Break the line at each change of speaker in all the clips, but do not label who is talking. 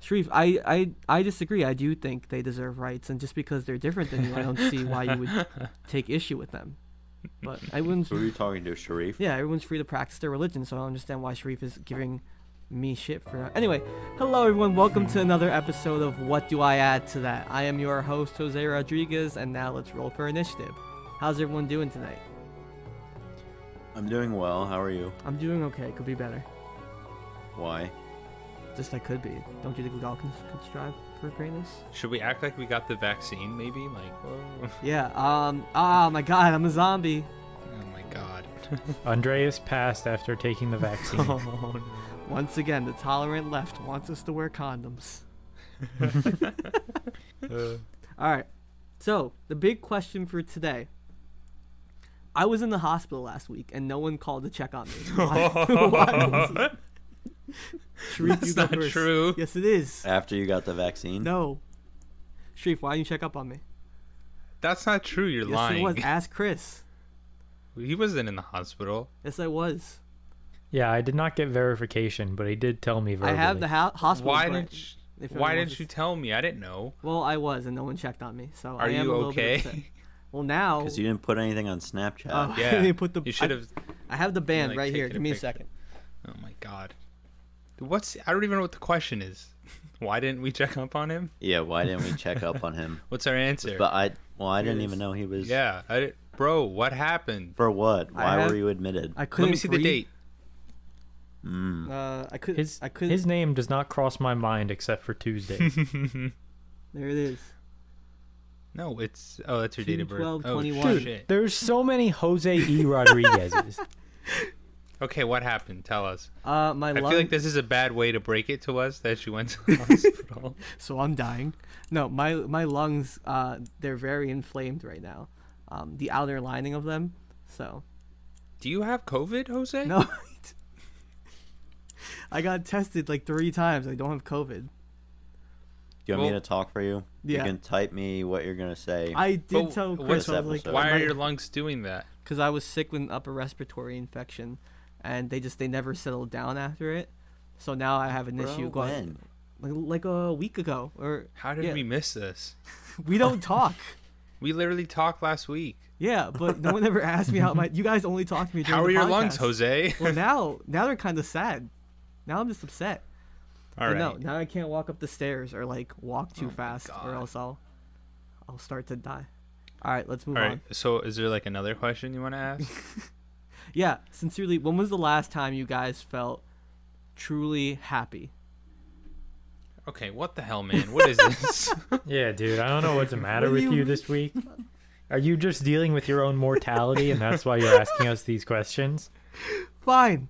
Sharif, I, I, I disagree. I do think they deserve rights, and just because they're different than you, I don't see why you would take issue with them. But everyone's
Who are you talking to, Sharif?
yeah, everyone's free to practice their religion, so I don't understand why Sharif is giving me shit for that. Anyway, hello everyone, welcome to another episode of What Do I Add to That? I am your host, Jose Rodriguez, and now let's roll for initiative. How's everyone doing tonight?
I'm doing well. How are you?
I'm doing okay, could be better.
Why?
Just I could be. Don't you think we all can, could strive for greatness?
Should we act like we got the vaccine? Maybe like, whoa.
Yeah, um, ah, my god, I'm a zombie.
oh my god.
Andreas passed after taking the vaccine.
oh no.
Once again, the tolerant left wants us to wear condoms. All right. So, the big question for today. I was in the hospital last week and no one called to check on me. Why- why was it- Sharif,
That's
you go
not
first.
true.
Yes, it is.
After you got the vaccine?
No. Sharif, why didn't you check up on me?
That's not true. You're
Yes,
lying.
it was. Ask Chris.
He wasn't in the hospital.
Yes, I was.
yeah, I did not get verification, but he did tell me verbally.
I have the ho- hospital.
Why
grant,
didn't? You,
if
why
everyone
didn't
just-
you tell me? I didn't know.
Well, I was, and no one checked on me, so
Are
I am
you
a little bit upset.
okay?
Well, now
Because you didn't put anything on Snapchat.
Oh. I
yeah.
didn't put the-
you should
I-
have.
I have the band
like,
right here.
taking
Give
a
me a
picture.
second.
Oh my god. What's? I don't even know what the question is. Why didn't we check up on him?
Yeah, why didn't we check up on him?
What's our answer?
But I, well, I didn't even know he was.
yeah, I, di- bro. What happened?
For what? Why
have-
were you admitted?
I couldn't
Let me see the
breathe.
date.
Uh, I could.
His,
I could.
his name does not cross my mind except for Tuesday.
There it is.
No, it's. Oh, that's your date of birth.
12,
oh
21.
shit.
There's so many Jose E. Rodriguez's.
Okay, what happened? Tell us.
Uh, my
I
lung.
feel like this is a bad way to break it to us that she went to the hospital.
So I'm dying. No, my my lungs. Uh, they're very inflamed right now. Um, the outer lining of them. So
Do you have COVID, Jose?
no. I got tested like three times. I don't have COVID.
Do you want me
Well-
to talk for you?
Yeah.
You can type me what you're gonna say.
I did
But
tell
what's
Chris. I
that
was like,
episode?
Why are your lungs doing that?
Because I was sick with an upper respiratory infection, and they just they never settled down after it. So now I have an
Bro,
issue going
when?
like, like a week ago or
How did
yeah.
we miss this?
we don't talk.
We literally talked last week.
Yeah, but no one ever asked me how my. You guys only talked to me. During
How
the
are your lungs,
podcast.
Jose?
Well, now now they're kind of sad. Now I'm just upset.
All right. Oh
No, now I can't walk up the stairs or like walk too fast, or
God.
else I'll I'll start to die. All right, let's move
All right.
on.
So, is there like another question you want to ask?
Yeah, sincerely, when was the last time you guys felt truly happy?
okay. What the hell, man? What is this?
yeah, dude, I don't know what's the matter
What do
with
you
you this week. Are you just dealing with your own mortality and that's why you're asking us these questions?
Fine,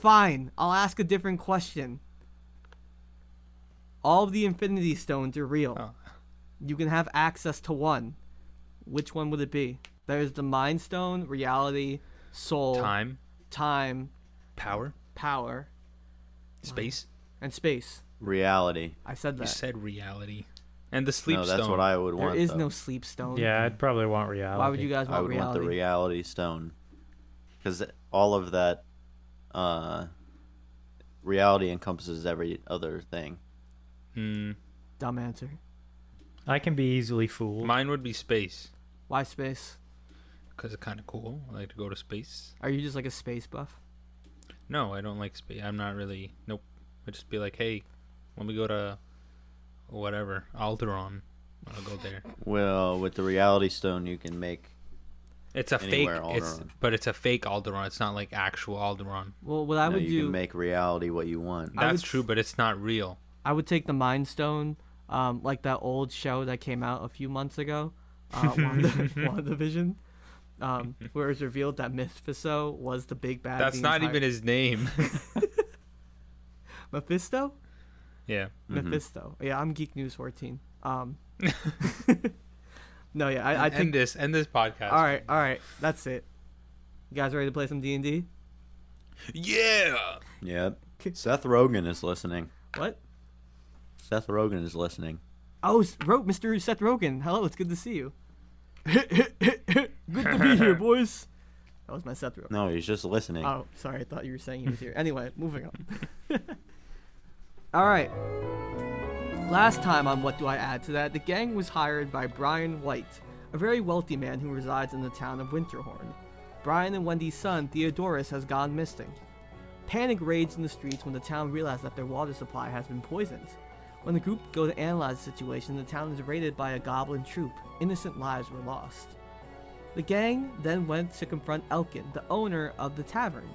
fine. I'll ask a different question. All of the Infinity Stones are real.
Oh.
You can have access to one. Which one would it be? There's the Mind Stone, Reality, Soul,
Time,
time,
power,
power,
space.
and space.
Reality.
I said
You
that.
said reality, and the sleep
no, that's
stone.
what I would
There
want.
is
though.
no sleep stone.
Yeah, I'd probably want reality.
Why would you guys want
I would
reality?
want the reality stone, because all of that, uh, reality encompasses every other thing.
Mm,
Dumb answer.
I can be easily fooled.
mine would be space
Why space?
because it's kind of cool. I like to go to space.
Are you just like a space buff?
No, I don't like space. I'm not really. Nope. I'd just be like, hey, let me go to whatever Alderon. I'll go there.
Well, with the reality stone, you can make.
It's a
Anywhere,
fake. It's,
Alderaan.
but it's a fake Alderon. It's not like actual Alderon.
Well, what I
no,
would
you
do,
can make reality what you want.
I
That's
would-
true, but it's not real.
I would take the mind stone, um, like that old show that came out a few months ago, uh, Wanda, WandaVision, um, where it was revealed that Mephisto was the big bad. of
That's
the
not
entire-
even his name.
Mephisto.
yeah.
Mephisto. Yeah, I'm Geek News 14. Um, no, yeah, I, I think
end this. End this podcast.
All right, all right, that's it. You guys ready to play some D and D?
Yeah.
Yep. Seth Rogen is listening.
What?
Seth Rogen is listening.
Oh, S- Ro- Mr. Seth Rogen. Hello, it's good to see you. good to be here, boys. That was my Seth Rogen.
No, he's just listening.
Oh, sorry, I thought you were saying he was here. Anyway, moving on. all right. Last time on What Do I Add to That, the gang was hired by Brian White, a very wealthy man who resides in the town of Winterhorn. Brian and Wendy's son, Theodorus, has gone missing. Panic raids in the streets when the town realizes that their water supply has been poisoned. When the group go to analyze the situation, the town is raided by a goblin troop. Innocent lives were lost. The gang then went to confront Elkin, the owner of the tavern.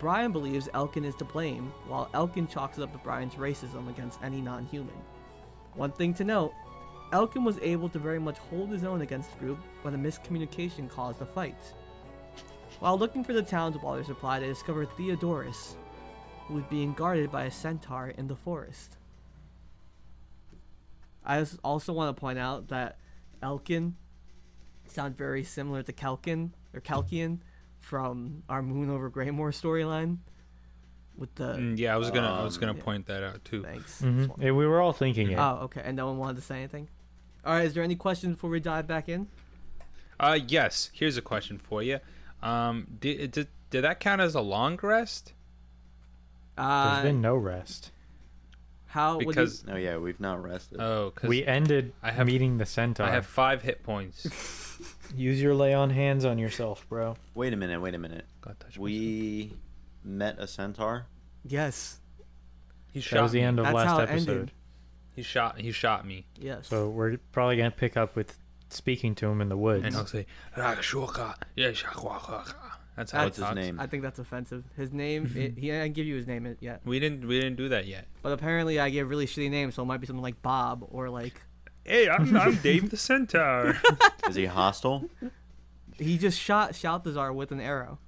Brian believes Elkin is to blame, while Elkin chalks it up to Brian's racism against any non human. One thing to note Elkin was able to very much hold his own against the group, but a miscommunication caused the fight. While looking for the town's water supply, they discover Theodorus, who is being guarded by a centaur in the forest. I als- also want to point out that Elkin sounds very similar to Kalkin or Kalkian from our Moon over Greymore storyline. With the
Mm, yeah, I was gonna I was
Um,
gonna
yeah.
point that out too.
thanks.
Mhm. Yeah, we were all thinking it.
Oh, okay. And no one wanted to say anything. All right. Is there any questions before we dive back in?
Uh, yes. Here's a question for you. Um, did did, did that count as a long rest?
Uh,
There's been no rest.
how would you-
Because
Oh yeah, we've not rested.
oh, because
We ended
I have-
meeting the centaur.
I have five hit points.
Use your lay on hands on yourself, bro.
wait a minute, wait a minute.
God, touch myself.
We met a centaur.
yes,
he
That
shot
was the
me.
end of
That's how
last
it ended.
episode.
He shot he shot me,
yes.
So we're probably gonna pick up with speaking to him in the woods.
and I'll say Rakshoka. Yeah, Shakwaka. That's how
What's
it
his
talks.
name?
I think that's offensive. His name, it, he I didn't give you his name yet,
We didn't we didn't do that yet.
but apparently I gave really shitty names, so it might be something like Bob or like
Hey, I'm I'm Dave the Centaur.
Is he hostile?
he just shot Shaltazar with an arrow.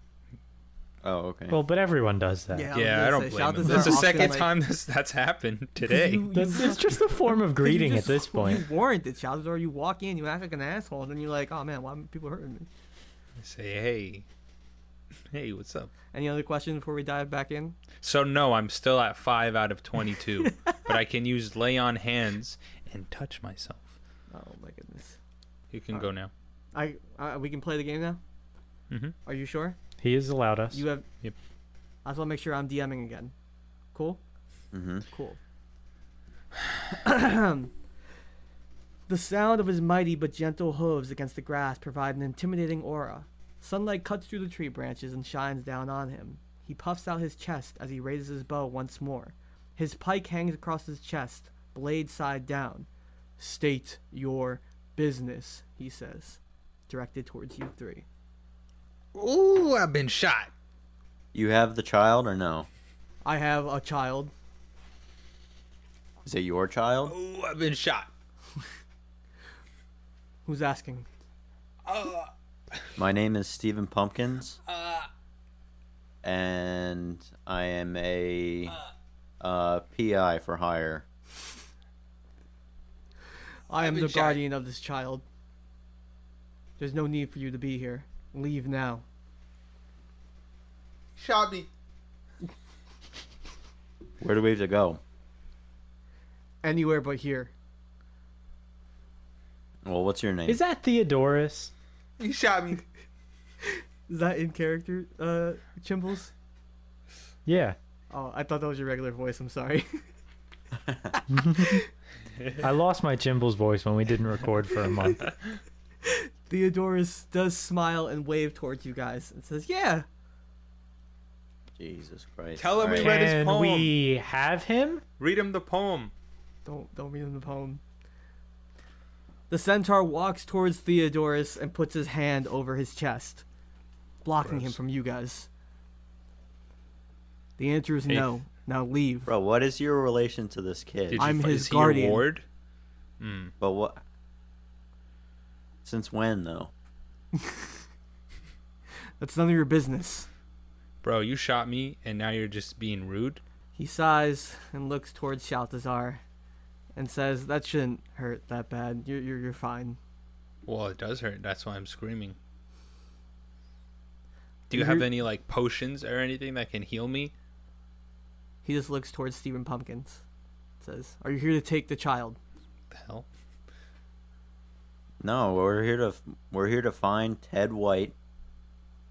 Oh, okay.
Well, but everyone does that.
Yeah. I was
yeah,
gonna
I don't
say,
blame him.
Shaltazar
That's the
often,
second
like-
time this that's happened today.
You-
That's, it's just a form of greeting
you
at
just-
this point.
You warrant it, Shaltazar. You walk in, you act like an asshole, and then you're like, oh man, why are people hurting me?
Say hey, hey, what's up?
Any other questions before we dive back in?
So no, I'm still at five out of twenty-two, but I can use lay on hands and touch myself.
Oh my goodness.
You can go now.
I uh, we can play the game now.
Mhm.
Are you sure?
He has allowed us.
You have.
Yep.
I just want to make sure I'm DMing again. Cool.
hmm
Cool. the sound of his mighty but gentle hooves against the grass provide an intimidating aura. Sunlight cuts through the tree branches and shines down on him. He puffs out his chest as he raises his bow once more. His pike hangs across his chest, blade side down. State your business, he says, directed towards you three.
Ooh, I've been shot.
You have the child or no?
I have a child.
Is it your child?
Ooh, I've been shot.
Who's asking?
My name is Stephen Pumpkins. and I am a uh, PI for hire.
I am
been
the
shy.
guardian of this child. There's no need for you to be here. Leave now.
Shot me.
Where do we have to go?
Anywhere but here.
Well, what's your name?
Is that Theodorus?
You shot me.
Is that in character, uh, Chimbles?
Yeah.
Oh, I thought that was your regular voice. I'm sorry.
I lost my Jimble's voice when we didn't record for a month.
Theodorus does smile and wave towards you guys and says, Yeah,
Jesus Christ.
Tell him we
Alright.
read his
Can
poem.
we have him?
Read him the poem.
Don't don't read him the poem. The centaur walks towards Theodorus and puts his hand over his chest, blocking him
Gross.
from you guys. The answer is
Hey,
no. Now leave.
Bro, what is your relation to this kid?
Did you
I'm
fi-
his
is he your
guardian.
ward?
But what? Since when though?
That's none of your business.
Bro, you shot me, and now you're just being rude.
He sighs and looks towards Shaltazar and says, That shouldn't hurt that bad. You're, you're, you're fine.
Well, it does hurt. That's why I'm screaming. Do
You
you have
hear-
any like potions or anything that can heal me?
He just looks towards Stephen Pumpkins. Says, Are you here to take the child?
The hell?
No, we're here to we're here to find Ted White.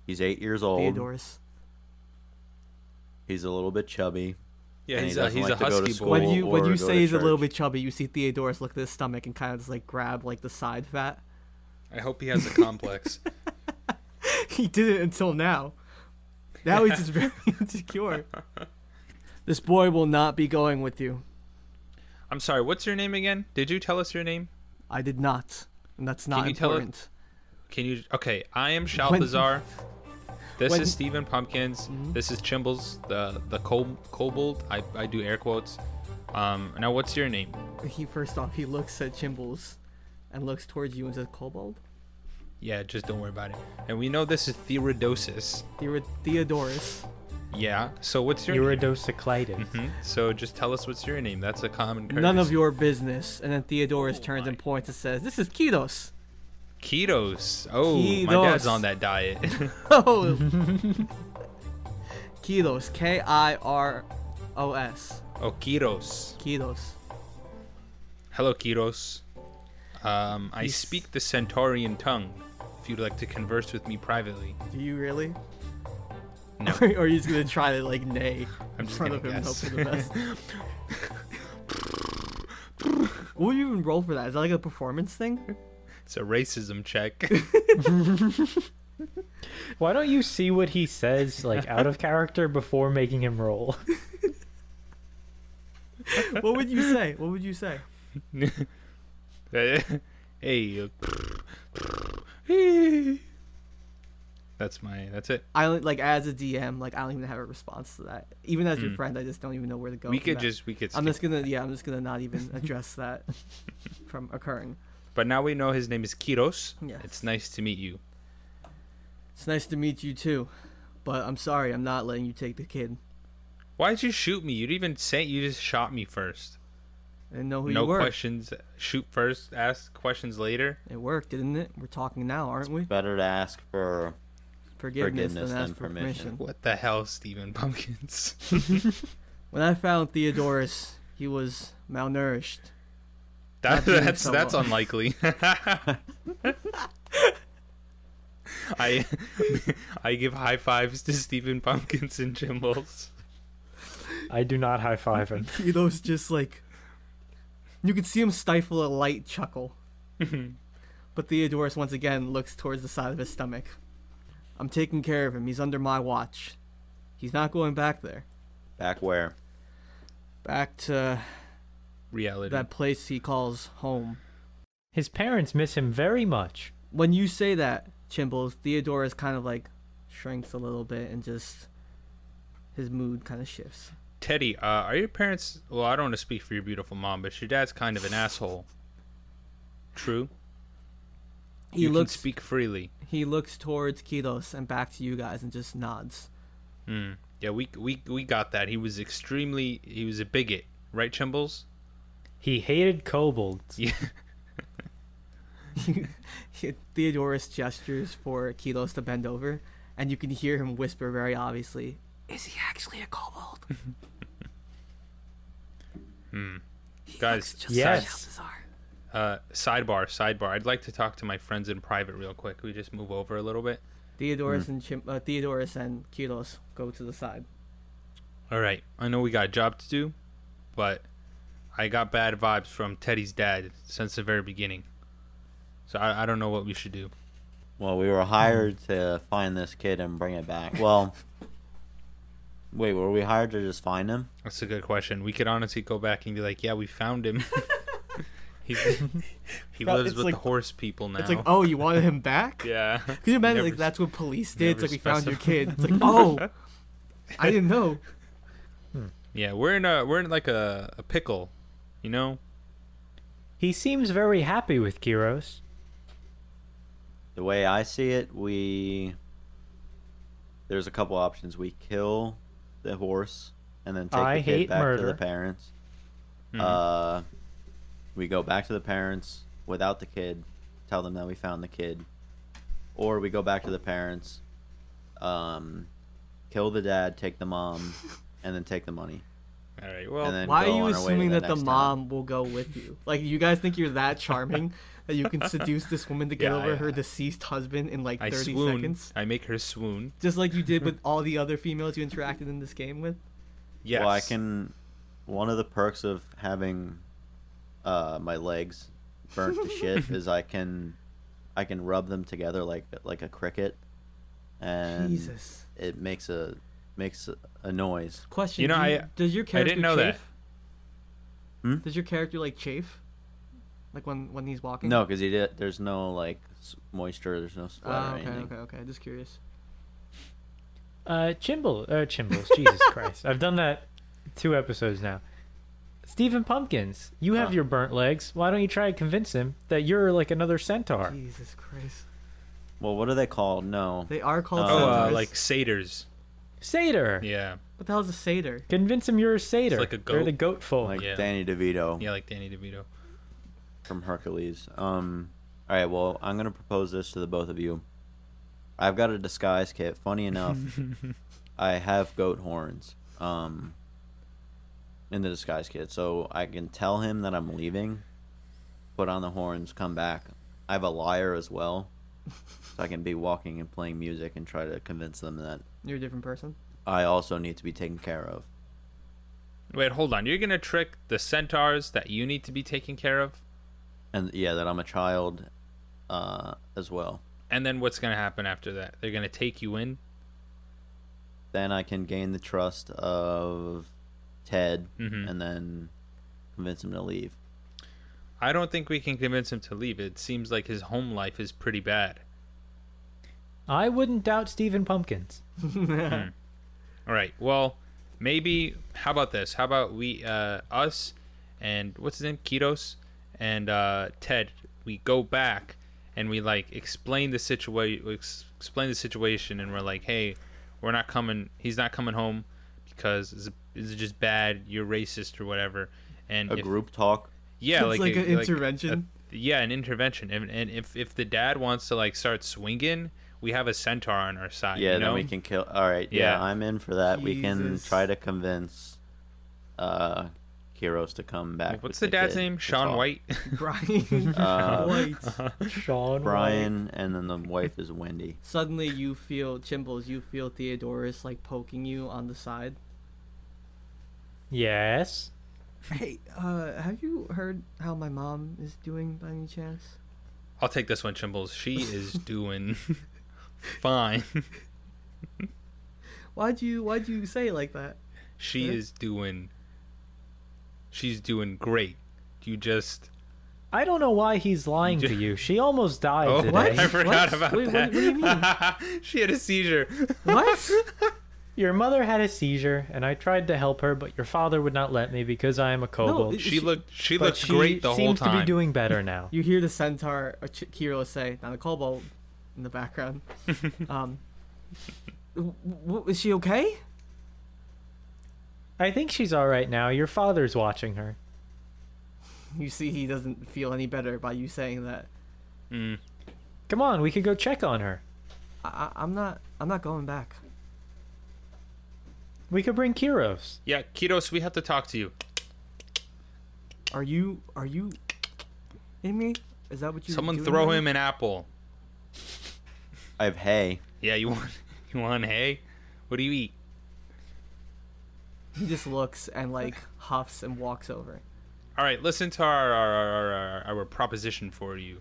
He's eight years old.
Theodorus.
He's a little bit chubby.
Yeah,
and he
he's a,
doesn't
he's
like
a
to go to
husky
school.
boy.
When you when
or
you
go
say
to
he's a little
church.
bit chubby, you see Theodorus look at his stomach and kind of just like grab like the side fat.
I hope he has a complex.
he did it until now. Now he's just very insecure. This boy will not be going with you.
I'm sorry. What's your name again? Did you tell us your name?
I did not, and that's not
Can you tell it-
important.
Can you? Okay, I am Shalthazar. This
when-
is Stephen Pumpkins.
Mm-hmm.
This is Chimbles, the the col- kobold. I, I do air quotes. Um, now what's your name?
He first off he looks at Chimbles, and looks towards you and says, "Kobold."
Yeah, just don't worry about it. And we know this is Theodosis.
Theo- Theodorus.
Yeah. So what's your? name?
Urodociclitis.
Hmm? So just tell us what's your name. That's a common. Courtesy.
None of your business. And then Theodorus turns and
Oh my.
points and says, "This is Ketos."
ketos. Oh, my dad's
Ketos.
on that diet.
Oh. Kiros. K I R O S.
oh, ketos.
Kiros.
Hello, Kiros. Um, I
He's-
speak the Centaurian tongue. If you'd like to converse with me privately,
Do you really?
No.
or are you just gonna try to like neigh in
I'm just
front of him
gonna
and hope
guess.
for the best? what would you even roll for that? Is that like a performance thing?
it's a racism check.
Why don't you see what he says, like out of character, before making him roll?
What would you say? What would you say?
hey. uh, that's my. That's it.
I don't- like as a DM, like I don't even have a response to that. Even as your friend, I just don't even know where to go.
Mm. we
from
could
that.
just. We could.
Oh, I'm
skip.
just gonna yeah, I'm just gonna not even address that from occurring.
But now we know his name is Kiros.
Yes.
It's nice to meet you.
It's nice to meet you too, but I'm sorry I'm not letting you take the kid.
Why'd you shoot me? You'd even say you just shot me first.
I didn't know who
no
you were.
questions. Shoot first. Ask questions later.
It worked, didn't it? We're talking now, aren't we?
Better to ask for
Forgiveness,
forgiveness
than ask
than
for
permission.
permission.
What the hell, Stephen Pumpkins?
When I found Theodorus, he was malnourished.
That,
being
that's that's
someone.
unlikely. I I give high fives to Stephen Pumpkins and Jimbles.
I do not high five him.
Theodos just like you can see him stifle a light chuckle.
Mm-hmm.
but Theodorus once again looks towards the side of his stomach. I'm taking care of him. He's under my watch. He's not going back there.
back where.
Back to
Reality.
that place he calls home.
His parents miss him very much.
when you say that, Chimbles, Theodorus kind of like shrinks a little bit and just his mood kind of shifts.
Teddy, uh, are your parents? Well, I don't want to speak for your beautiful mom, but your dad's kind of an asshole. True.
He
you
looks
can speak freely.
he looks towards Kidos and back to you guys and just nods.
Mm. Yeah, we we we got that. He was extremely. He was a bigot, right, Chimbles?
He hated kobolds.
Yeah.
Theodorus gestures for Kidos to bend over and you can hear him whisper very obviously, "Is he actually a kobold?" He
Guys,
looks
yes.
Balthazar."
Uh, sidebar, sidebar. I'd like to talk to my friends in private real quick. Can we just move over a little bit.
Theodorus and Chim- uh, Theodorus and Kidos go to the side.
All right, I know we got a job to do, but I got bad vibes from Teddy's dad since the very beginning. So I, I don't know what we should do.
Well, we were hired to find this kid and bring it back. Well, wait, were we hired to just find him?
That's a good question. We could honestly go back and be like, yeah, we found him. He's, he
Well,
lives
it's
with
like-
the horse people now.
It's like, "Oh, you wanted him back?"
yeah.
Could you imagine
Never
like
s-
that's what police did? It's like
never
we found your
specified.
kid. It's like oh, I didn't know.
Yeah, we're in a we're in like a, a pickle, you know.
He seems very happy with Kiros.
The way I see it, we there's a couple options. We kill the horse and then take
I
the kid
hate
back to
murder.
the parents. Uh, we go back to the parents without the kid, tell them that we found the kid, or we go back to the parents, um, kill the dad, take the mom, and then take the money.
All right. Well,
And then
Why
go
are you
on our way to
assuming
the
that the
next
mom
town.
will go with you? Like you guys think you're that charming that you can seduce this woman to get
Yeah,
over
yeah.
her deceased husband in like
I
30
swoon.
seconds,
I make her swoon.
just like you did with all the other females you interacted in this game with?
Yes.
Well, I can. One of the perks of having uh, my legs burnt to shit is I can, I can rub them together like like a cricket, and
Jesus.
it makes a makes a- a noise.
Question:
You know,
do
I-
does your character
didn't know that.
chafe?
Hmm?
Does your character like chafe, like when when he's walking?
No, because did. There's no like s- moisture. There's no sweat
Ah,
or
okay,
anything.
okay, okay. Just curious.
Uh, Chimble, uh, Chimbles, Jesus Christ. I've done that two episodes now. Stephen Pumpkins, you have
Huh.
your burnt legs. Why don't you try and convince him that you're like another centaur?
Jesus Christ.
Well, what are they called? No.
They are called
Oh,
Oh, uh,
centaurs.
like satyrs.
Satyr!
Yeah.
what the hell is a satyr?
Convince him you're a satyr.
like a
They're
goat.
the goat folk.
Like
yeah.
Danny DeVito
Yeah, like Danny DeVito.
from Hercules. Um, all right. Well, I'm gonna propose this to the both of you. I've got a disguise kit. Funny enough, I have goat horns. Um, in the disguise kit, so I can tell him that I'm leaving, put on the horns, come back. I have a lyre as well, so I can be walking and playing music and try to convince them that
You're a different person.
I also need to be taken care of.
Wait, hold on. You're gonna trick the centaurs that you need to be taken care of,
and yeah, that I'm a child, uh, as well.
and then what's gonna happen after that? They're gonna take you in.
Then I can gain the trust of Ted,
Mhm.
and then convince him to leave.
I don't think we can convince him to leave. It seems like his home life is pretty bad.
I wouldn't doubt Stephen Pumpkins.
All right. Well, maybe. How about this? How about we, uh, us, and what's his name, Kitos, and uh, Ted, we go back and we like explain the situation, ex- explain the situation, and we're like, hey, we're not coming. He's not coming home because it's, it's just bad. You're racist or whatever. And
A
if-
group talk.
yeah,
It's
like,
like
a-
an
like a-
intervention.
yeah, an intervention. And, and if if the dad wants to like start swinging, we have a centaur on our side.
Yeah,
you
then
know?
we can kill. All right, yeah,
Yeah.
I'm in for that. We can
Jesus.
try to convince, uh, Kiros to come back.
What's the
with
dad's
kid
name?
to
Sean
talk.
White.
Brian
Uh-huh.
Uh,
White.
Sean
Brian, and then the wife is Wendy.
Suddenly you feel Chimbles, you feel Theodorus like poking you on the side.
Yes.
Hey, uh, have you heard how my mom is doing by any chance?
I'll take this one, Chimbles. She is doing fine.
Why'd you why'd you say it like that?
She
Huh?
is doing. She's doing great. You just.
I don't know why he's lying to you. She almost died
Oh,
today.
What?
I forgot
What?
about
Wait, what-
that.
what do you
she had a seizure.
What?
Your mother had a seizure, and I tried to help her, but your father would not let me because I am a kobold.
it-
She
She-
looked. She
but
looked
she
great the whole
seems
time.
to be doing better now.
you hear the centaur or Ch- Kiro say, not a kobold, in the background. um, w- w- is she okay?
I think she's all right now. Your father's watching her.
You see, he doesn't feel any better by you saying that.
Mm.
Come on, we could go check on her.
I- I- I'm not. I'm not going back.
We could bring Kiros.
Yeah, Kitos, we have to talk to you.
Are you? Are you? In me? Is that what you?
Someone
doing
throw
right
him an apple.
I have hay.
Yeah, you want. You want hay? What do you eat?
now? He just looks and like huffs and walks over.
All right, listen to our our, our, our, our proposition for you.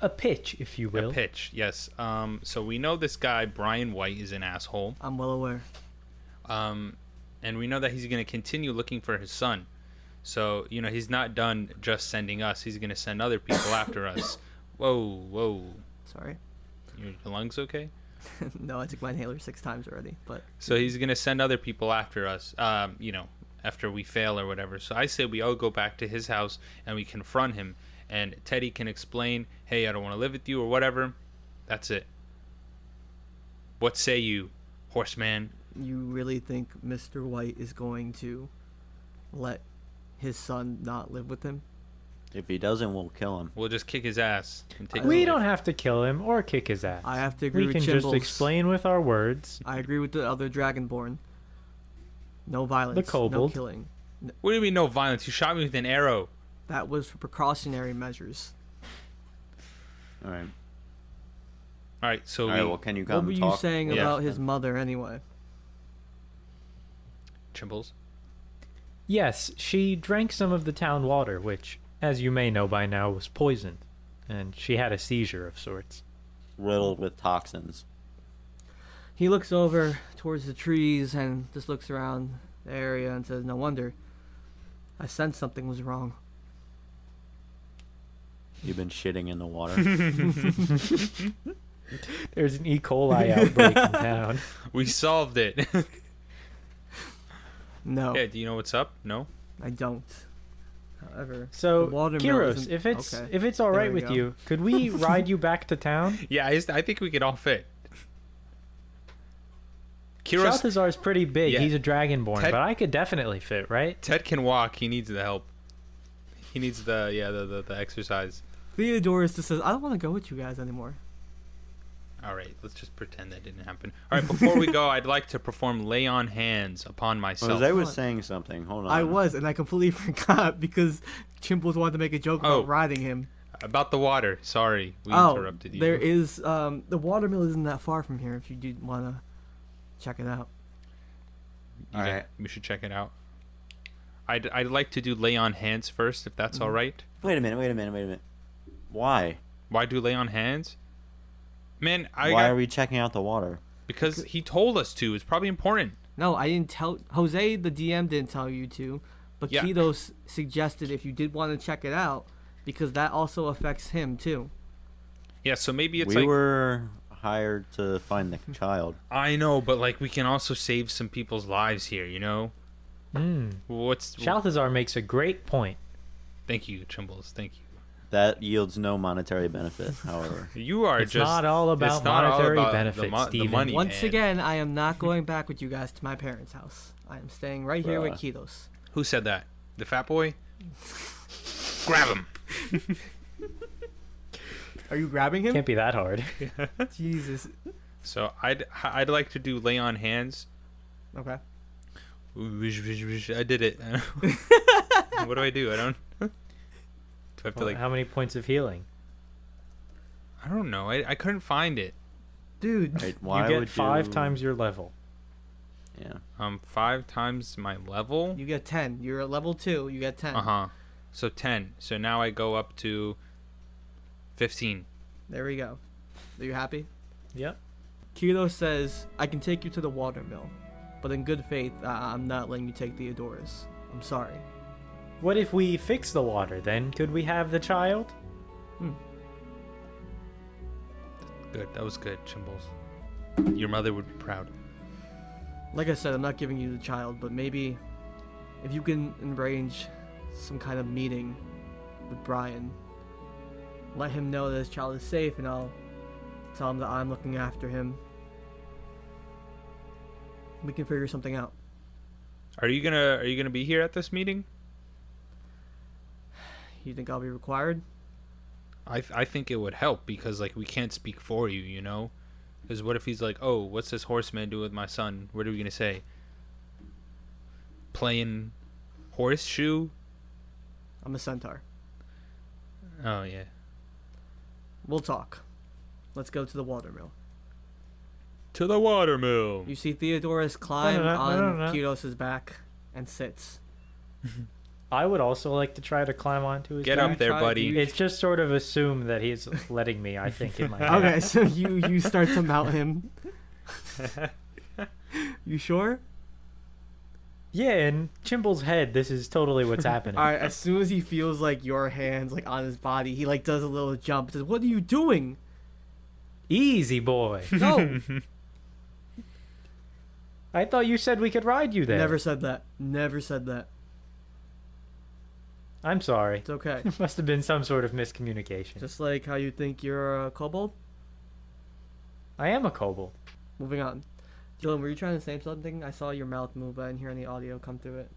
A pitch, if you will.
A pitch, yes. Um, so we know this guy Brian White is an asshole.
I'm well aware.
Um, and we know that he's going to continue looking for his son. So you know he's not done just sending us. He's going to send other people after us. Whoa, whoa!
Sorry.
Your lungs okay?
no, I took my inhaler six times already. But
So he's going to send other people after us. Um, you know, after we fail or whatever. So I say we all go back to his house and we confront him. And Teddy can explain, "Hey, I don't want to live with you" or whatever. That's it. What say you, horseman?
you really think Mr. White is going to let his son not live with him?
If he doesn't, we'll kill him.
We'll just kick his ass and take.
we
his
don't
life.
have to kill him or kick his ass.
I have to agree
we
with
can just
Chimbles.
explain with our words.
I agree with the other Dragonborn. No violence. No
kobold.
killing.
What do you mean no violence? You shot me with an arrow.
That was for precautionary measures.
All right.
All right, so
All
we,
right. Well, can you come
what were you
talk?
saying
Yeah.
about his mother anyway?
Chimbles.
Yes, she drank some of the town water, which, as you may know by now, was poisoned, and she had a seizure of sorts.
riddled with toxins.
He looks over towards the trees and just looks around the area and says, No wonder. I sensed something was wrong.
You've been shitting in the water. Oh,
There's an E. coli outbreak in town.
We solved it.
No,
yeah, do you know what's up? No?
I don't. However,
So,
The watermelon
Kyros,
isn't-
if it's
okay.
if it's all
There
right
we
with
go.
you, could we ride you back to town?
Yeah, I, just, I think we could all fit. Kiros,
Balthazar's pretty big.
Yeah.
He's a dragonborn,
Ted-
but I could definitely fit, right?
Ted can walk. He needs the help. He needs the yeah the the, the exercise.
Theodorus just says, I don't want to go with you guys anymore.
All right, let's just pretend that didn't happen. All right, before we go, I'd like to perform lay on hands upon myself.
Jose was saying something. Hold on.
I was, and I completely forgot because Chimples wanted to make a joke
Oh.
about riding him.
About the water. Sorry, we
Oh,
interrupted you.
there is um, the watermill isn't that far from here. If you do want to check it out,
You think
Alright.
We should check it out. I'd, I'd like to do lay on hands first, if that's all right.
Wait a minute. Wait a minute. Wait a minute. Why?
Why do lay on hands? Man, I
Why
got,
are we checking out the water?
because he told us to. It's probably important.
no, I didn't tell Jose. The DM didn't tell you to, but
Yeah.
Kidos suggested if you did want to check it out because that also affects him too.
Yeah, so maybe it's
we
like
were hired to find the child.
I know, but like we can also save some people's lives here, you know.
Mm.
What's
Balthazar makes a great point.
Thank you, Chimbles. Thank you.
That yields no monetary benefit, however.
You are
It's
just
not all about
it's not all
monetary
about the
benefits,
mo- the
Steven.
money,
Once
man.
again, I am not going back with you guys to my parents' house. I am staying right here with
Bruh.
Kidos.
who said that? The fat boy. Grab him.
Are you grabbing him?
Can't be that hard.
Jesus.
So I'd I'd like to do lay on hands.
Okay.
Whoosh, whoosh, whoosh. I did it. what do I do? I don't. Do I have to like?
How many points of healing?
I don't know. I, I couldn't find it.
Dude.
Right, why
you get
would
five
you-
times your level.
Yeah.
Um, five times my level.
You get 10. You're at level 2. You get 10.
Uh huh. So ten. So now I go up to fifteen.
There we go. Are you happy?
Yep.
Kilo says, I can take you to the watermill, but in good faith, I- I'm not letting you take Theodorus. I'm sorry.
What if we fix the water then? Could we have the child?
Good. That was good, Chimbles. Your mother would be proud.
Like I said, I'm not giving you the child, but maybe if you can arrange some kind of meeting with Brian, let him know that his child is safe, and I'll tell him that I'm looking after him. We can figure something out.
Are you gonna Are you gonna be here at this meeting?
You think I'll be required?
I th- I think it would help because like we can't speak for you, you know. Because what if he's like, oh, what's this horseman do with my son? What are we gonna say? Playing horseshoe?
I'm a centaur.
Oh yeah.
We'll talk. Let's go to the watermill.
To the watermill.
You see Theodorus climb
No, no, no,
on
no, no, no.
Kudos's back and sits.
I would also like to try to climb onto his
Get
back.
up there,
tried
buddy.
to-
It's just sort of assume that he's letting me, I think, in my head.
Okay, so you you start to mount him. you sure?
Yeah, in Chimble's head, this is totally what's happening.
All right. As soon as he feels like your hands like on his body, he like does a little jump. Says, "What are you doing?
Easy boy.
No,
I thought you said we could ride you there.
never said that. Never said that.
I'm sorry.
It's okay.
Must have been some sort of miscommunication.
Just like how you think you're a kobold."
I am a kobold.
Moving on. Dylan, were you trying to say something? I saw your mouth move, but I didn't hear any audio come through it.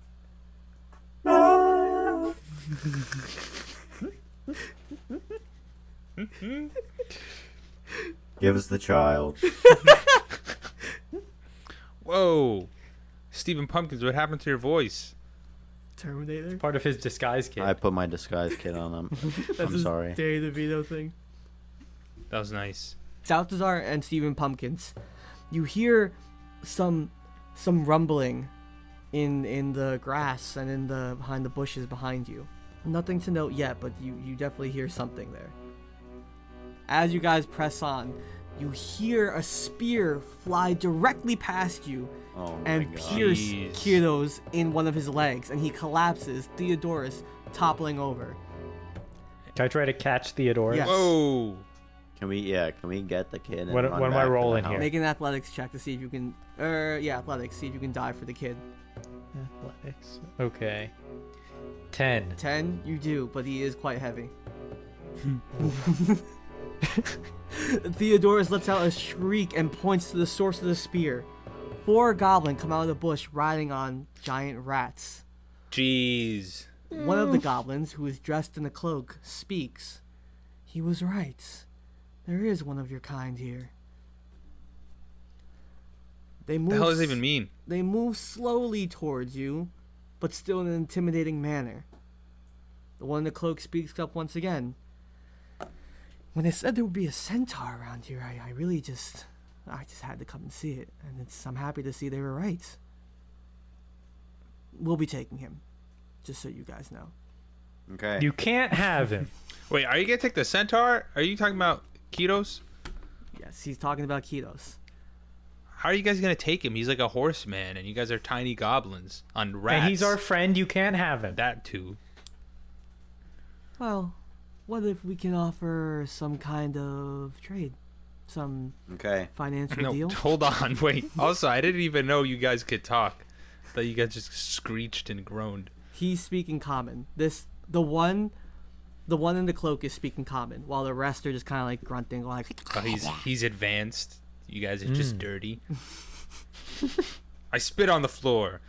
Give us the child.
Whoa, Stephen Pumpkins, what happened to your voice?
Terminator.
Part of his disguise kit.
I put my disguise kit on him.
That's
I'm
his
sorry.
Danny DeVito thing.
That was nice.
Balthazar and Stephen Pumpkins, you hear some some rumbling in in the grass and in the behind the bushes behind you. Nothing to note yet, but you you definitely hear something there. As you guys press on, you hear a spear fly directly past you
Oh my
and
god.
pierce
Jeez.
Kyrdos in one of his legs, and he collapses, Theodorus toppling over.
Can I try to catch Theodorus?
Yes.
Whoa.
Can we? Yeah. Can we get the kid? And
What-
run
what am I
back to the
rolling
house?
here?
Make an athletics check to see if you can, er, yeah, athletics, see if you can dive for the kid.
Athletics. Okay. Ten.
10, you do, but he is quite heavy.
Hmm.
Theodorus lets out a shriek and points to the source of the spear. Four goblin come out of the bush riding on giant rats.
Jeez.
One of the goblins, who is dressed in a cloak, speaks. He was right. There is one of your kind here. They move
The hell does that
s-
even mean?
They move slowly towards you, but still in an intimidating manner. The one in the cloak speaks up once again. When they said there would be a centaur around here, I, I really just I just had to come and see it, and it's I'm happy to see they were right. We'll be taking him. Just so you guys know.
Okay.
You can't have him.
Wait, are you gonna take the centaur? Are you talking about Kitos?
Yes, he's talking about Ketos.
How are you guys gonna take him? He's like a horseman, and you guys are tiny goblins on rats.
And he's our friend. You can't have him.
that too.
Well, what if we can offer some kind of trade? Some
okay.
financial
No,
deal?
hold on, wait. Also, I didn't even know you guys could talk. That you guys just screeched and groaned.
He's speaking common. This the one the one in the cloak is speaking common, while the rest are just kinda like grunting like
Oh, he's he's advanced. You guys are
Mm.
just dirty. I spit on the floor.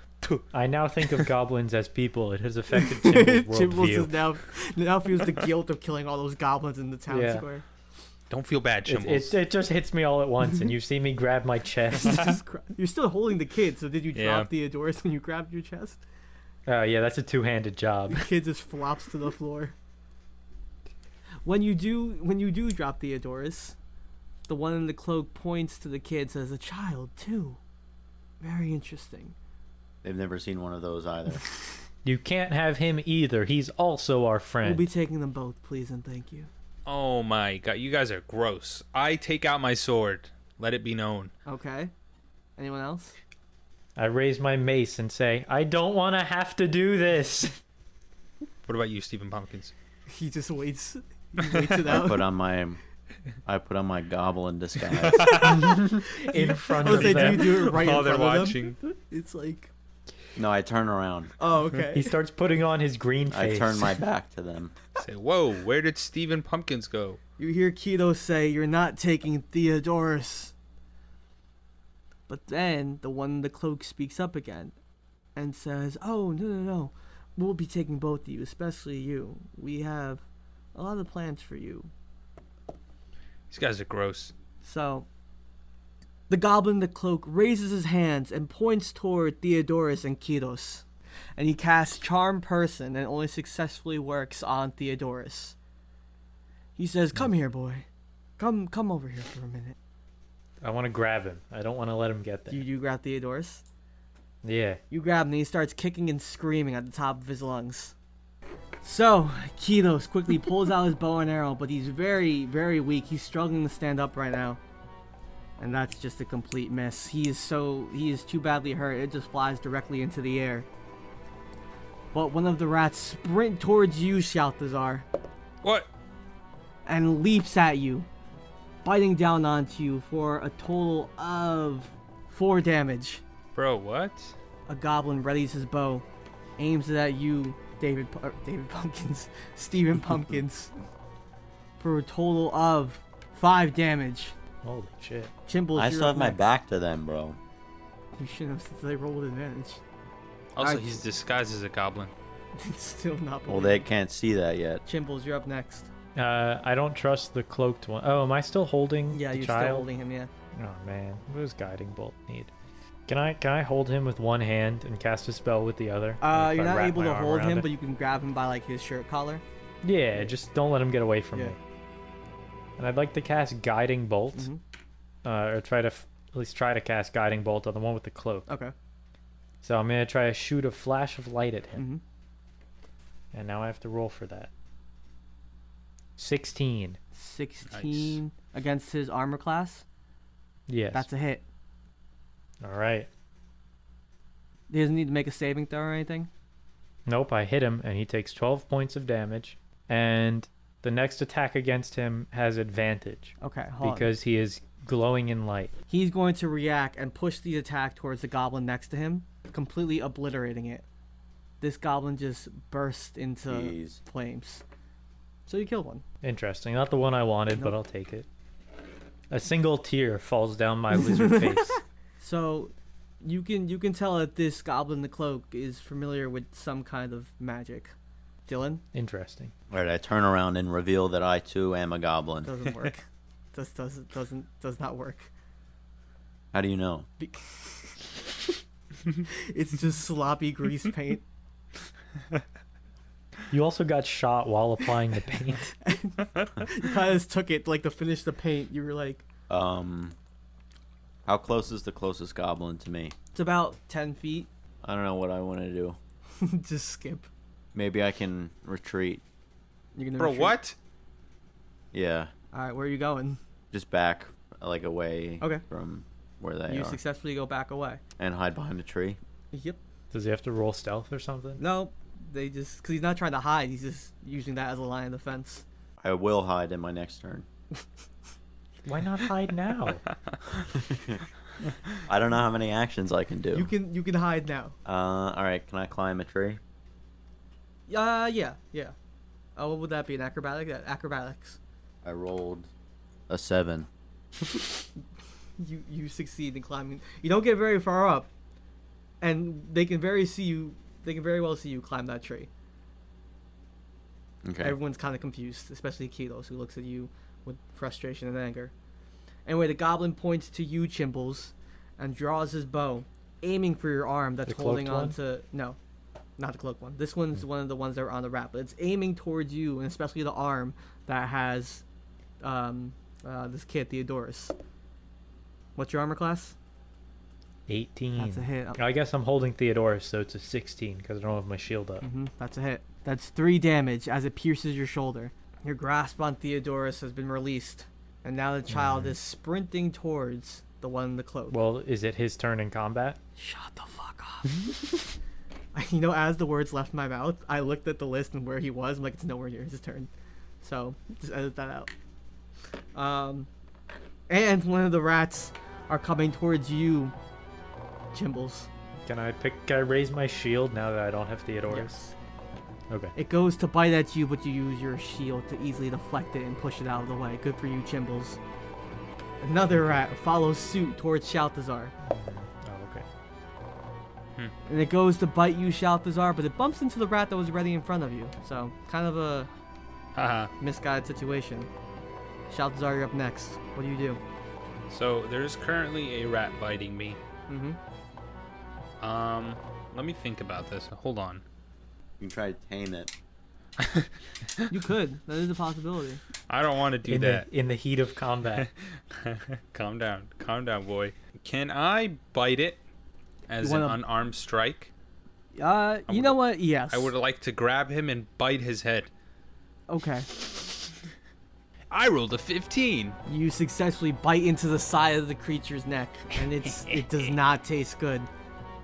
I now think of goblins as people. It has affected Timbal's
Chibbles
worldview.
is now now feels the guilt of killing all those goblins in the town
Yeah.
square.
Don't feel bad,
It,
Chimbles.
it, it just hits me all at once, and you see me grab my chest.
Jesus Christ. You're still holding the kid, so did you
Yeah.
drop Theodorus when you grabbed your chest?
Oh yeah, that's a two-handed job.
kid just flops to the floor. When you do when you do drop Theodorus, the one in the cloak points to the kid says a child too. Very interesting.
They've never seen one of those either.
You can't have him either. He's also our friend.
We'll be taking them both, please and thank you.
oh my god, you guys are gross. I take out my sword. Let it be known.
Okay. Anyone else?
I raise my mace and say, "I don't want to have to do this."
What about you, Stephen Pumpkins?
He just waits. He waits it
I
out.
put on my. I put on my goblin disguise.
in front of
Jose, Oh, do you
them.
do it right
While
in
they're
front of them?
watching.
It's like,
no, I turn around.
oh
He
okay.
starts putting on his green
I
face.
turn my back to them.
Say, whoa, where did Stephen Pumpkins go?
You hear Keto say, "You're not taking Theodorus." But then the one in the cloak speaks up again, and says, "Oh no no no, we'll be taking both of you, especially you. We have a lot of plans for you."
These guys are gross.
So the goblin in the cloak raises his hands and points toward Theodorus and Kiros. And he casts Charm Person and only successfully works on Theodorus. He says, Come here, boy. Come come over here for a minute.
I want to grab him. I don't want to let him get
Do
there.
you, you grab Theodorus?
Yeah.
You grab him and he starts kicking and screaming at the top of his lungs. So, Kidos quickly pulls out his bow and arrow, but he's very, very weak. He's struggling to stand up right now. And that's just a complete miss. He is so he is too badly hurt, it just flies directly into the air. But one of the rats sprint towards you, Shaltazar,
What?
and leaps at you, biting down onto you for a total of four damage.
Bro, what?
A goblin readies his bow, aims it at you, David, Pu- er, David Pumpkins, Stephen Pumpkins, for a total of five damage.
Holy shit.
Chimbles,
I
you're
still
up
have my
next.
back to them, bro.
You shouldn't have since they rolled advantage.
Also,
I-
he's disguised as a goblin.
it's still not.
Well, they can't see that yet.
Chimbles, you're up next.
Uh, I don't trust the cloaked one. Oh, am I still holding
Yeah,
the
you're
child?
still holding him. Yeah.
Oh man, what does guiding bolt need? Can I can I hold him with one hand and cast a spell with the other?
Uh,
If
you're
I
not
wrap
able
my
to
arm
hold
around
him,
it?
but you can grab him by like his shirt collar.
yeah, just don't let him get away from
Yeah.
me. And I'd like to cast guiding bolt,
Mhm.
uh, or try to f- at least try to cast guiding bolt on the one with the cloak.
Okay.
So I'm gonna try to shoot a flash of light at him,
hmm Mm-hmm.
and now I have to roll for that. Sixteen.
16 against his armor class.
Yes.
That's a hit.
All right.
He doesn't need to make a saving throw or anything.
Nope, I hit him, and he takes 12 points of damage. And the next attack against him has advantage
Okay, hold on.
because he is glowing in light.
He's going to react and push the attack towards the goblin next to him, completely obliterating it. This goblin just burst into
Jeez.
flames. So you killed one.
Interesting. Not the one I wanted, but
Nope.
I'll take it. A single tear falls down my lizard face.
So you can you can tell that this goblin in the cloak is familiar with some kind of magic. Dylan
Interesting.
All right, I turn around and reveal that I too am a goblin.
doesn't work. does does doesn't does not work.
How do you know?
Be- it's just sloppy grease paint.
You also got shot while applying the paint.
You kind of just took it like to finish the paint. You were like,
Um, how close is the closest goblin to me?
it's about ten feet.
I don't know what I want to do.
just skip.
Maybe I can retreat.
You're gonna
Bro,
retreat.
what?
Yeah,
All right, where are you going?
just back like away
Okay.
from where they
you
are,
successfully go back away.
and hide behind a tree.
Yep.
Does he have to roll stealth or something?
No, they just because he's not trying to hide. He's just using that as a line of defense.
I will hide in my next turn.
Why not hide now?
I don't know how many actions I can do.
You can you can hide now.
Uh, all right. Can I climb a tree?
Uh, yeah, yeah. Oh, what would that be? An acrobatic? Uh, acrobatics.
I rolled a seven.
You you succeed in climbing. You don't get very far up, and they can very see you. They can very well see you climb that tree.
Okay.
Everyone's kind of confused, especially Kilos, who looks at you with frustration and anger. Anyway, the goblin points to you, Chimbles, and draws his bow, aiming for your arm that's
The cloaked
holding on
one? Hmm.
to. No, not the cloak one. This one's one of the ones that are on the wrap, but it's aiming towards you, and especially the arm that has um, uh, this kid, Theodorus. What's your armor class?
18.
That's a hit.
I guess I'm holding Theodorus, so it's a 16 because I don't have my shield up.
hmm that's a hit. That's three damage as it pierces your shoulder. Your grasp on Theodorus has been released, and now the child is sprinting towards the one in the cloak.
Well, is it his turn in combat?
Shut the fuck up. you know, as the words left my mouth, I looked at the list and where he was. I'm like, it's nowhere near his turn. So just edit that out. Um, and one of the rats are coming towards you, Jimbles.
Can I pick? Can I raise my shield now that I don't have Theodorus? Okay.
It goes to bite at you, but you use your shield to easily deflect it and push it out of the way. Good for you, Chimbles. Another rat follows suit towards Shaltazar.
Oh, okay.
And it goes to bite you, Shaltazar, but it bumps into the rat that was already in front of you. So, kind of a
Haha.
misguided situation. Shaltazar, you're up next. What do you do?
So there's currently a rat biting me.
Mm-hmm.
Um, let me think about this. Hold on.
You can try to tame it.
You could. That is a possibility.
I don't want to do
in
that.
the in the heat of combat.
calm down, calm down, boy. Can I bite it as
You wanna-
an unarmed strike?
Uh, you
would-
know what? Yes.
I would like to grab him and bite his head.
Okay.
I rolled a 15.
You successfully bite into the side of the creature's neck, and it's it does not taste good.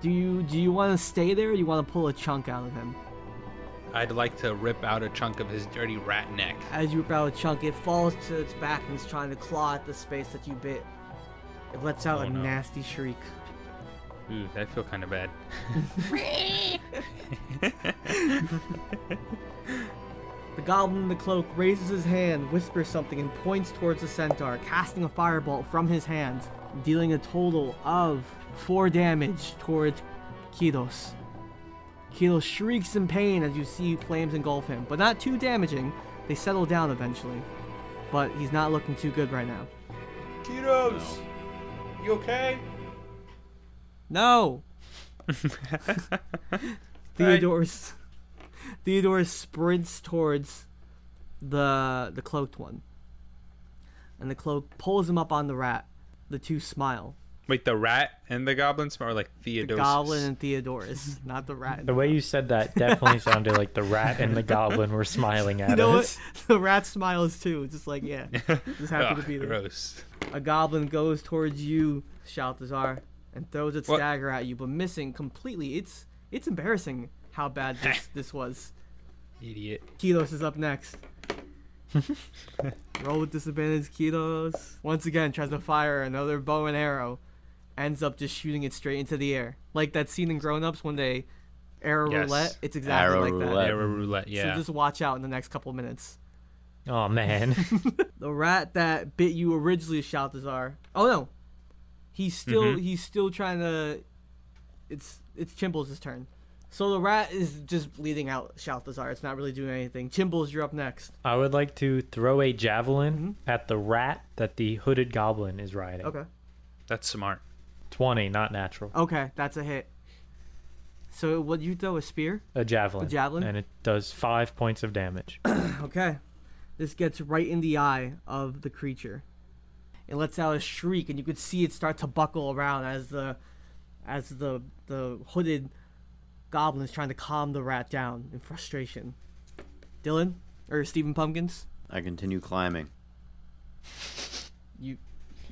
Do you do you want to stay there? or You want to pull a chunk out of him?
I'd like to rip out a chunk of his dirty rat neck.
As you rip out a chunk, it falls to its back and is trying to claw at the space that you bit. It lets out
Oh,
a
no.
nasty shriek.
Ooh, I feel kind of bad.
The goblin in the cloak raises his hand, whispers something, and points towards the centaur, casting a fireball from his hand, dealing a total of four damage towards Kidos. Kidos shrieks in pain as you see flames engulf him, but not too damaging. They settle down eventually, but he's not looking too good right now.
Kudos. You okay?
No, Theodorus. Theodorus sprints towards the the cloaked one, and the cloak pulls him up on the rat. The two smile,
Wait, the rat and the goblin smell are like
The
Theodosius.
goblin and Theodorus, not the rat. and
The way you said that definitely sounded like the rat and the goblin were smiling at
You know
us.
what? The rat smiles too. Just like yeah, just happy
Ugh,
to be there.
Ah, Gross.
A goblin goes towards you, Shaltazar, and throws its
What?
dagger at you, but missing completely. It's it's embarrassing how bad this this was.
Idiot.
Kilos is up next. Roll with disadvantage, Kilos. Once again, tries to fire another bow and arrow, ends up just shooting it straight into the air, like that scene in Grown Ups when they arrow
Yes.
roulette. It's exactly
Arrow
like that.
roulette.
Arrow roulette. Yeah.
Uh, So just watch out in the next couple minutes.
Oh man.
the rat that bit you originally Shaltazar. Oh no. He's still he's still trying to it's it's Chimbles' turn. So the rat is just bleeding out Shaltazar. It's not really doing anything. Chimbles, you're up next.
I would like to throw a javelin at the rat that the hooded goblin is riding.
Mm-hmm. Okay.
That's smart.
20, not natural.
Okay, that's a hit. So what you throw a spear?
A javelin.
A javelin?
And it does five points of damage.
Okay. This gets right in the eye of the creature. It lets out a shriek and you could see it start to buckle around as the as the the hooded goblin is trying to calm the rat down in frustration. Dylan or Stephen Pumpkins,
I continue climbing.
you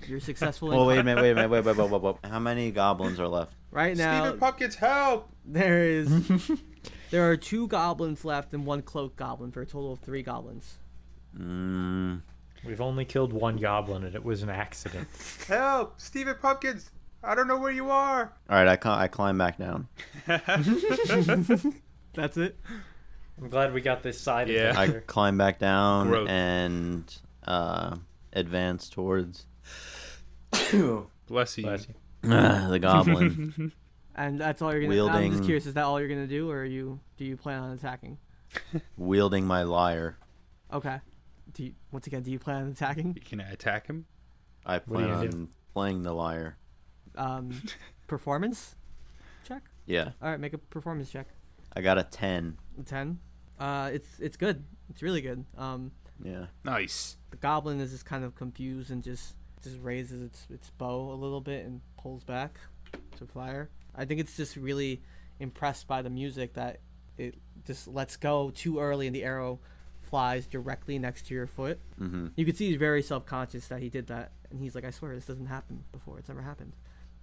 you're successful in
Oh wait a minute, wait a minute, wait, wait, wait, wait, wait. How many goblins are left?
right now.
Stephen Pumpkins, help!
There is there are two goblins left and one cloak goblin for a total of three goblins.
Mm,
We've only killed one goblin and it was an accident.
Help! Stephen Pumpkins, I don't know where you are.
all right, I, cl- I climb back down.
That's it.
I'm glad we got this side
Yeah.
of
I
it.
climb back down
Growth.
and uh, advance towards
Bless you.
Bless you.
the goblin.
And that's all you're gonna. I'm just
Wielding-
curious. Is that all you're gonna do, or are you do you plan on attacking?
wielding my lyre.
Okay. Do you, once again, do you plan on attacking?
You can attack him.
I
are you
plan
gonna
on
do?
playing the lyre.
Um, performance check.
Yeah,
All right, make a performance check.
I got a ten.
A Ten. Uh, it's it's good. It's really good. Um,
Yeah,
Nice.
the goblin is just kind of confused and just just raises its its bow a little bit and pulls back to fire. I think it's just really impressed by the music that it just lets go too early and the arrow flies directly next to your foot.
mm-hmm.
You can see he's very self conscious that he did that, and he's like, "I swear this doesn't happen before. It's never happened.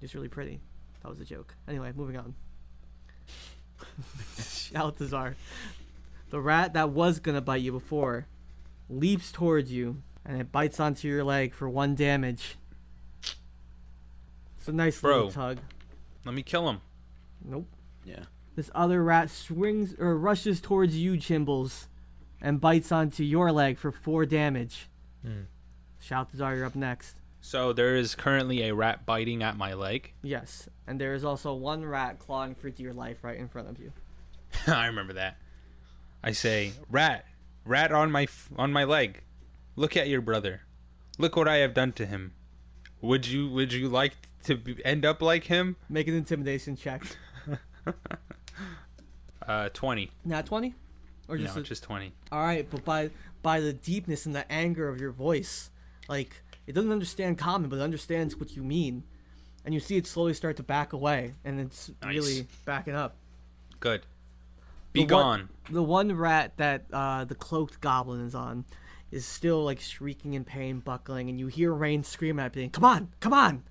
It's really pretty." That was a joke. Anyway, moving on. Shout to Czar. The rat that was gonna bite you before leaps towards you, and it bites onto your leg for one damage. It's a nice little
Bro.
tug.
Let me kill him.
Nope.
yeah.
This other rat swings or rushes towards you, Chimbles, and bites onto your leg for four damage.
Hmm.
Shout to Czar, you're up next.
So there is currently a rat biting at my leg.
Yes, and there is also one rat clawing for dear life right in front of you.
I remember that. I say, "Rat, rat on my f- on my leg. Look at your brother. Look what I have done to him. Would you would you like to be, end up like him?"
Make an intimidation check.
Uh, twenty.
Not twenty, or just,
no,
a-
just twenty.
all right. But by by the deepness and the anger of your voice, like it doesn't understand common, but it understands what you mean, and you see it slowly start to back away, and it's
Nice.
really backing up.
Good. Be
The one-
gone.
the one rat that uh, the cloaked goblin is on is still like shrieking in pain, buckling, and you hear Rain scream at being, "Come on, come on!"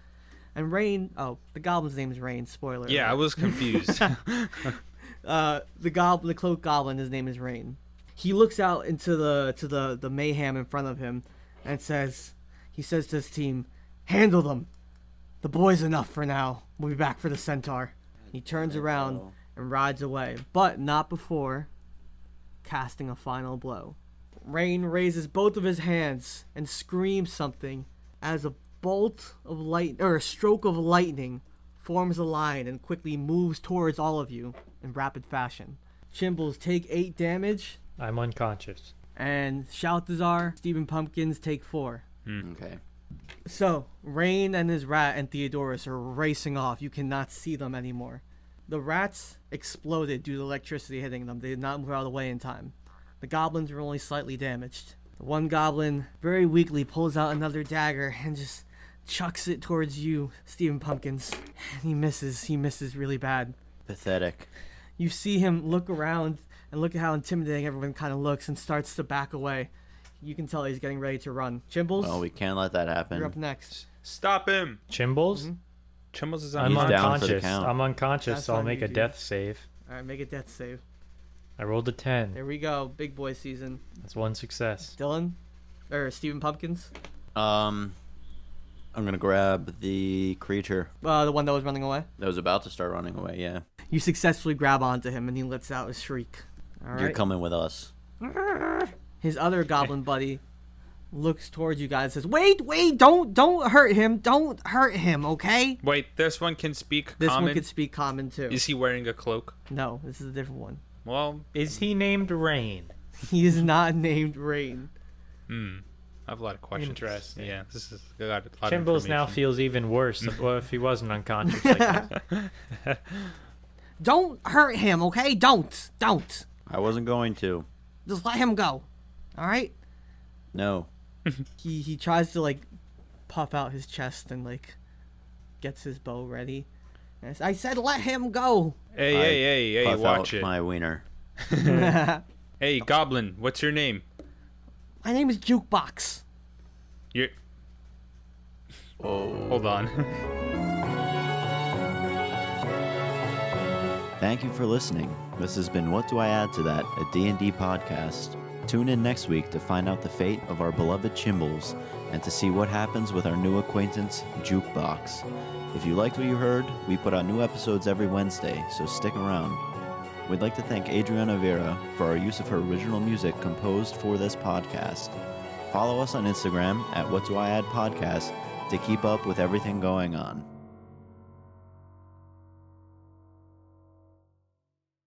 And Rain, oh, the goblin's name is Rain. Spoiler.
Yeah, I
alert.
was confused.
Uh, the goblin, the cloaked goblin, his name is Rain. He looks out into the to the the mayhem in front of him, and says, he says to his team, "Handle them. The boy's enough for now. We'll be back for the centaur." He turns around and rides away, but not before casting a final blow. Rain raises both of his hands and screams something as a bolt of light or a stroke of lightning forms a line and quickly moves towards all of you in rapid fashion. Chimbles take 8 damage
I'm unconscious.
and Shaltazar, Stephen Pumpkins take 4.
Okay.
So, Rain and his rat and Theodorus are racing off. You cannot see them anymore. The rats exploded due to electricity hitting them. They did not move out of the way in time. The goblins were only slightly damaged. The one goblin very weakly pulls out another dagger and just chucks it towards you, Stephen Pumpkins. And he misses. He misses really bad.
Pathetic.
You see him look around and look at how intimidating everyone kind of looks and starts to back away. You can tell he's getting ready to run. Chimbles,
Well, we can't let that happen.
you're up next.
Stop him.
Chimbles?
Chimbles is
I'm
on.
He's
my
down. for the
unconscious.
count.
I'm unconscious,
Mm-hmm. That's
so I'll
on
make
you,
a
dude.
death save.
All right, make a death save.
I rolled a 10.
There we go. Big boy season.
That's one success.
Dylan, or Stephen Pumpkins,
Um, I'm gonna grab the creature
uh, the one that was running away.
that was about to start running away. Yeah,
You successfully grab onto him, and he lets out a shriek. All
you're
right.
coming with us.
His other goblin buddy looks towards you guys and says, "Wait, wait! Don't, don't hurt him! Don't hurt him! Okay."
Wait, this one can speak
This
common.
one could speak common too.
Is he wearing a cloak?
No, this is a different one.
Well,
Is he named Rain?
He is not named Rain.
I have a lot of questions.
Interesting.
Yeah, this is I got a lot of
Chimbles now
information.
feels even worse. well, if he wasn't unconscious like that.
Don't hurt him, okay? Don't, don't.
I wasn't going to.
Just let him go. All right.
No.
He he tries to like puff out his chest and like gets his bow ready. And I s- I said, let him go.
Hey,
I
hey, hey, hey!
Puff out
Watch it.
My wiener.
My
Hey, Goblin, what's your name?
name is Jukebox.
You're. Oh. Hold on.
Thank you for listening. This has been What Do I Add to That, a D&D podcast. Tune in next week to find out the fate of our beloved Chimbles and to see what happens with our new acquaintance, Jukebox. If you liked what you heard, we put out new episodes every Wednesday, so stick around. We'd like to thank Adriana Vera for our use of her original music composed for this podcast. Follow us on Instagram at What Do I Add Podcast to keep up with everything going on.